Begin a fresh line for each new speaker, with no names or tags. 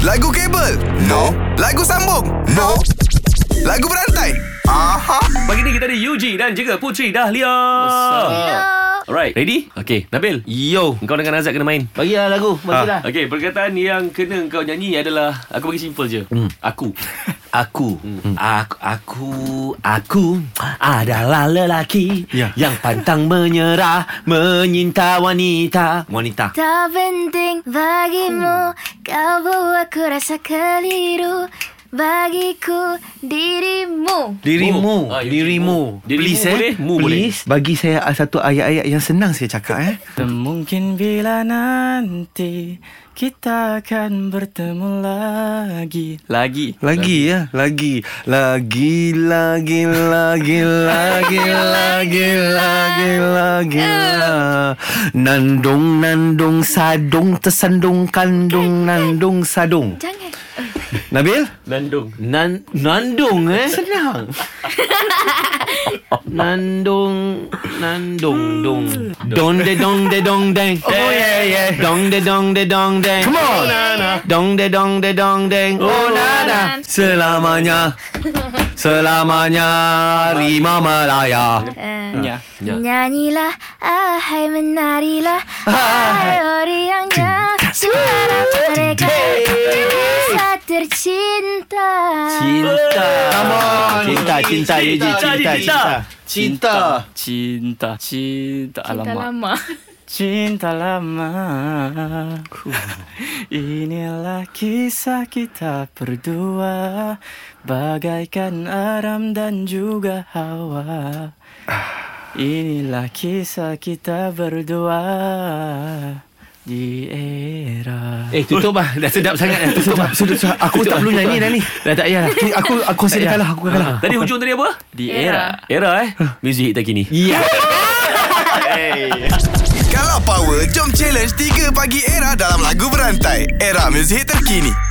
Lagu kabel? No. Lagu sambung? No. Lagu berantai? Aha.
Pagi ni kita ada Yuji dan juga Putri Dahlia. Alright, ready? Okay, Nabil.
Yo
Engkau dengan Azad kena main.
Bagilah lagu Bagilah ha.
Okay, perkataan yang kena engkau nyanyi adalah Aku bagi simple je. Hmm. Aku.
Ah, Aku
Hmm.
Aku Aku Aku Adalah lelaki
Ya.
Yang pantang menyerah Menyinta wanita Wanita
Tak penting bagimu Kau buat aku rasa keliru Bagiku
Mu.
dirimu
Dirimu
Ah, you
Oh. ya, Dirimu
dirimu.
Please
Dirimu
eh
boleh, mu boleh.
Please Bagi saya satu ayat-ayat yang senang saya cakap eh
Mungkin bila nanti kita akan bertemu lagi. Lagi.
Lagi ya Lagi Lagi Lagi Lagi Lagi Lagi Lagi Lagi la. Nandung Nandung Sadung Tersandung Kandung Nandung Sadung
Jangan
Nabil
Nandung.
Nan Nandung eh
Senang
Nandung Nandung Dung Dong de dong de dong deng
Oh Hmm. yeah yeah
Dong de dong de dong deng
Come on
Dong de dong de dong deng Oh nana
Selamanya Selamanya Rima Malaya
Eh,
Ya.
Nyanyilah Ahai menarilah Ahai orang yang Suara mereka Bisa tercinta
Cinta
Come on.
Cinta cinta Yuji
Cinta,
cinta
cinta.
cinta
Cinta
Cinta. Cinta.
Cinta
Alamak.
lama
Cinta lama. Inilah kisah kita berdua. Bagaikan Aram dan juga Hawa. Inilah kisah kita berdua di era.
Eh tutup lah Dah sedap sangat dah Tutup lah
Sudah, sudah. Aku tak perlu nyanyi dah ni
Dah tak payah lah
Aku aku
Tak
rasa dia
payah.
kalah Aku kalah
Tadi hujung tadi apa?
Di
Era.
era.
Era eh. Music hit terkini.
Ya
Kalau power, jom challenge 3 pagi era dalam lagu berantai. Era muzik terkini.